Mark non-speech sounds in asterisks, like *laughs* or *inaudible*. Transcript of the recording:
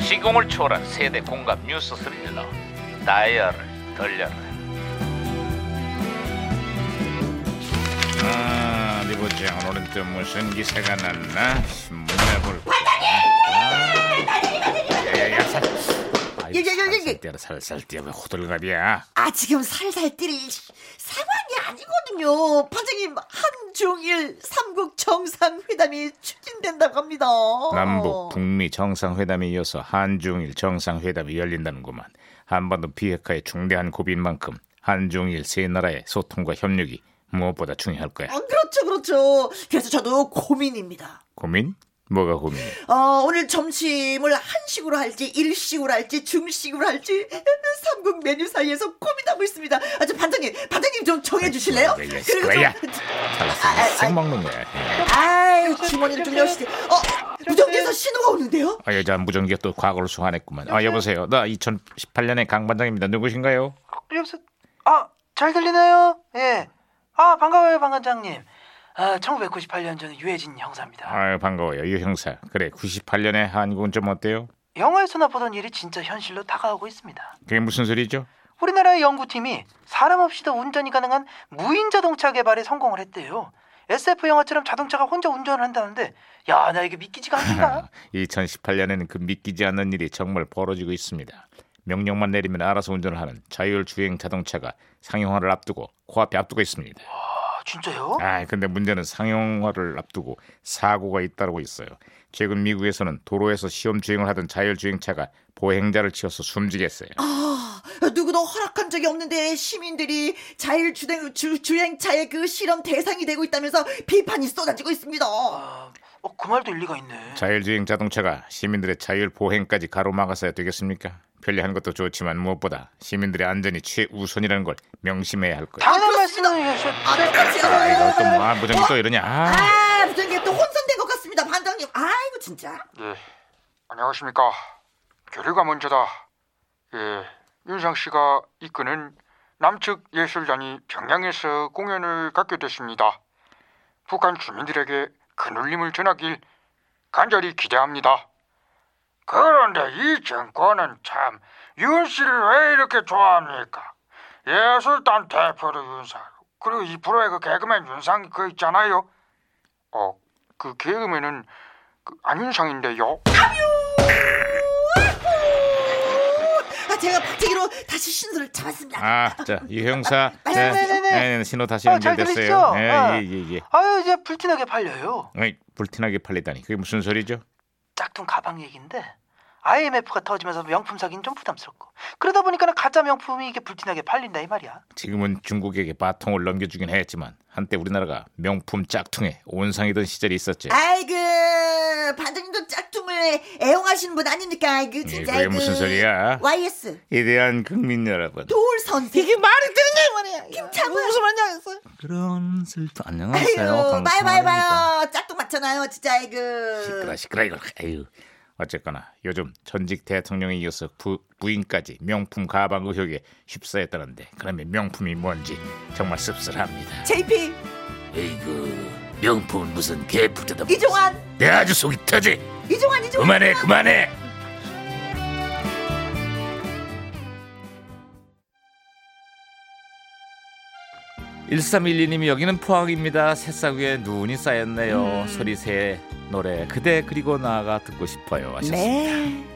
시공을 초월한 세대 공감 뉴스 스릴러 다이얼을 돌려라 아 어디 보자 오늘은 또 무슨 기사가 났나 신문에 볼까 반장님 예, 예, 예, 예. 살살 뛰어라 살살 뛰어 왜 호들갑이야 아 지금 살살 뛸 시- 상황이 아니거든요. 반장님 한중일 삼국 정상회담이 추진된다고 합니다. 어. 남북 북미 정상회담에 이어서 한중일 정상회담이 열린다는구만. 한반도 비핵화의 중대한 고비인 만큼 한중일 세 나라의 소통과 협력이 무엇보다 중요할 거야. 아, 그렇죠, 그렇죠. 그래서 저도 고민입니다. 고민? 뭐가 고민이야? 어, 오늘 점심을 한식으로 할지 일식으로 할지 중식으로 할지 삼국 메뉴 사이에서 고민하고 있습니다. 아, 저 반장님, 반장님 좀 정해 주실래요? 아, 왜 이랬을 예, 거야? 잘라서 생 먹는 거야. 예. 아이, 주머니를 돌려주세요. 어, 무전기에서 신호가 오는데요? 아 여자 무전기가 또 과거를 소환했구만. 아 여보세요. 나 2018년의 강 반장입니다. 누구신가요? 여보세요? 아, 잘 들리나요? 예. 아, 반가워요, 반 관장님. 아, 1998년 저는 유해진 형사입니다. 아유 반가워요. 유 형사. 그래 98년의 한국은 좀 어때요? 영화에서나 보던 일이 진짜 현실로 다가오고 있습니다. 그게 무슨 소리죠? 우리나라의 연구팀이 사람 없이도 운전이 가능한 무인 자동차 개발에 성공을 했대요. SF 영화처럼 자동차가 혼자 운전을 한다는데, 야, 나 이게 *laughs* 믿기지가 않는다. 2018년에는 그 믿기지 않는 일이 정말 벌어지고 있습니다. 명령만 내리면 알아서 운전을 하는 자율주행 자동차가 상용화를 앞두고 코앞에 앞두고 있습니다. 아, 진짜요? 아, 근데 문제는 상용화를 앞두고 사고가 잇따르고 있어요. 최근 미국에서는 도로에서 시험 주행을 하던 자율주행차가 보행자를 치어서 숨지겠어요. 아, 누구도 허락한 적이 없는데 시민들이 자율주행 주, 주행차의 그 실험 대상이 되고 있다면서 비판이 쏟아지고 있습니다. 아, 어, 그 말도 일리가 있네. 자율주행 자동차가 시민들의 자율 보행까지 가로막아서야 되겠습니까? 편리한 것도 좋지만 무엇보다 시민들의 안전이 최우선이라는 걸 명심해야 할 거예요. 당연한 그렇습니다. 말씀을 해주셨 아, 깜짝이야. 아, 이거 또 뭐, 아, 무정기 또 이러냐? 아. 아, 부장님 또 혼선된 것 같습니다, 반장님. 아이고 진짜. 예, 안녕하십니까. 교류가 먼저다. 예, 윤상 씨가 이끄는 남측 예술단이 평양에서 공연을 갖게 됐습니다. 북한 주민들에게 큰 울림을 전하길 간절히 기대합니다. 그런데 이 정권은 참, 윤 씨를 왜 이렇게 좋아합니까? 예술단 대표로 윤상, 그리고 이 프로의 그 개그맨 윤상 그 있잖아요. 어, 그 개그맨은 그 안윤상인데요. 아, 제가 박태기로 다시 신호를 잡았습니다. 아, 자, 이 형사. 네, 네, 네, 네. 네, 신호 다시 아, 잘 연결됐어요. 들리시죠? 예, 아. 예, 예, 예. 아유, 이제 불티나게 팔려요. 어이, 불티나게 팔리다니. 그게 무슨 소리죠? 짝퉁 가방 얘기인데 IMF가 터지면서 명품 사기는 좀 부담스럽고 그러다 보니까 는 가짜 명품이 이게 불티나게 팔린다 이 말이야. 지금은 중국에게 바통을 넘겨주긴 했지만 한때 우리나라가 명품 짝퉁에 온상이던 시절이 있었지. 아이고 반장님도 짝퉁을 애용하시는 분 아닙니까? 아이고 진짜. 예, 그게 무슨 소리야? YS 이대한 국민 여러분. 돌 선생. 이게 말이 되냐 말이야. 김창훈 무슨 말이야? 그런 슬픔 아이고 안녕하세요. 봐요 봐요 방송하입니다. 봐요. 짝퉁 맞잖아요, 진짜 아이고. 어. 시끄러 시끄러 이걸. 아유. 어쨌거나 요즘 전직 대통령에 이어서 부, 부인까지 명품 가방 의혹에 휩싸였다는데 그러면 명품이 뭔지 정말 씁쓸합니다. JP 에이구 명품은 무슨 개푸드다 이종환 내 아주 속이 터지 이종환 이종환. 그만해 그만해 일삼일리님이 여기는 포항입니다. 새싹 위에 눈이 쌓였네요. 소리새 노래 그대 그리고 나가 듣고 싶어요. 하셨습니다. 네.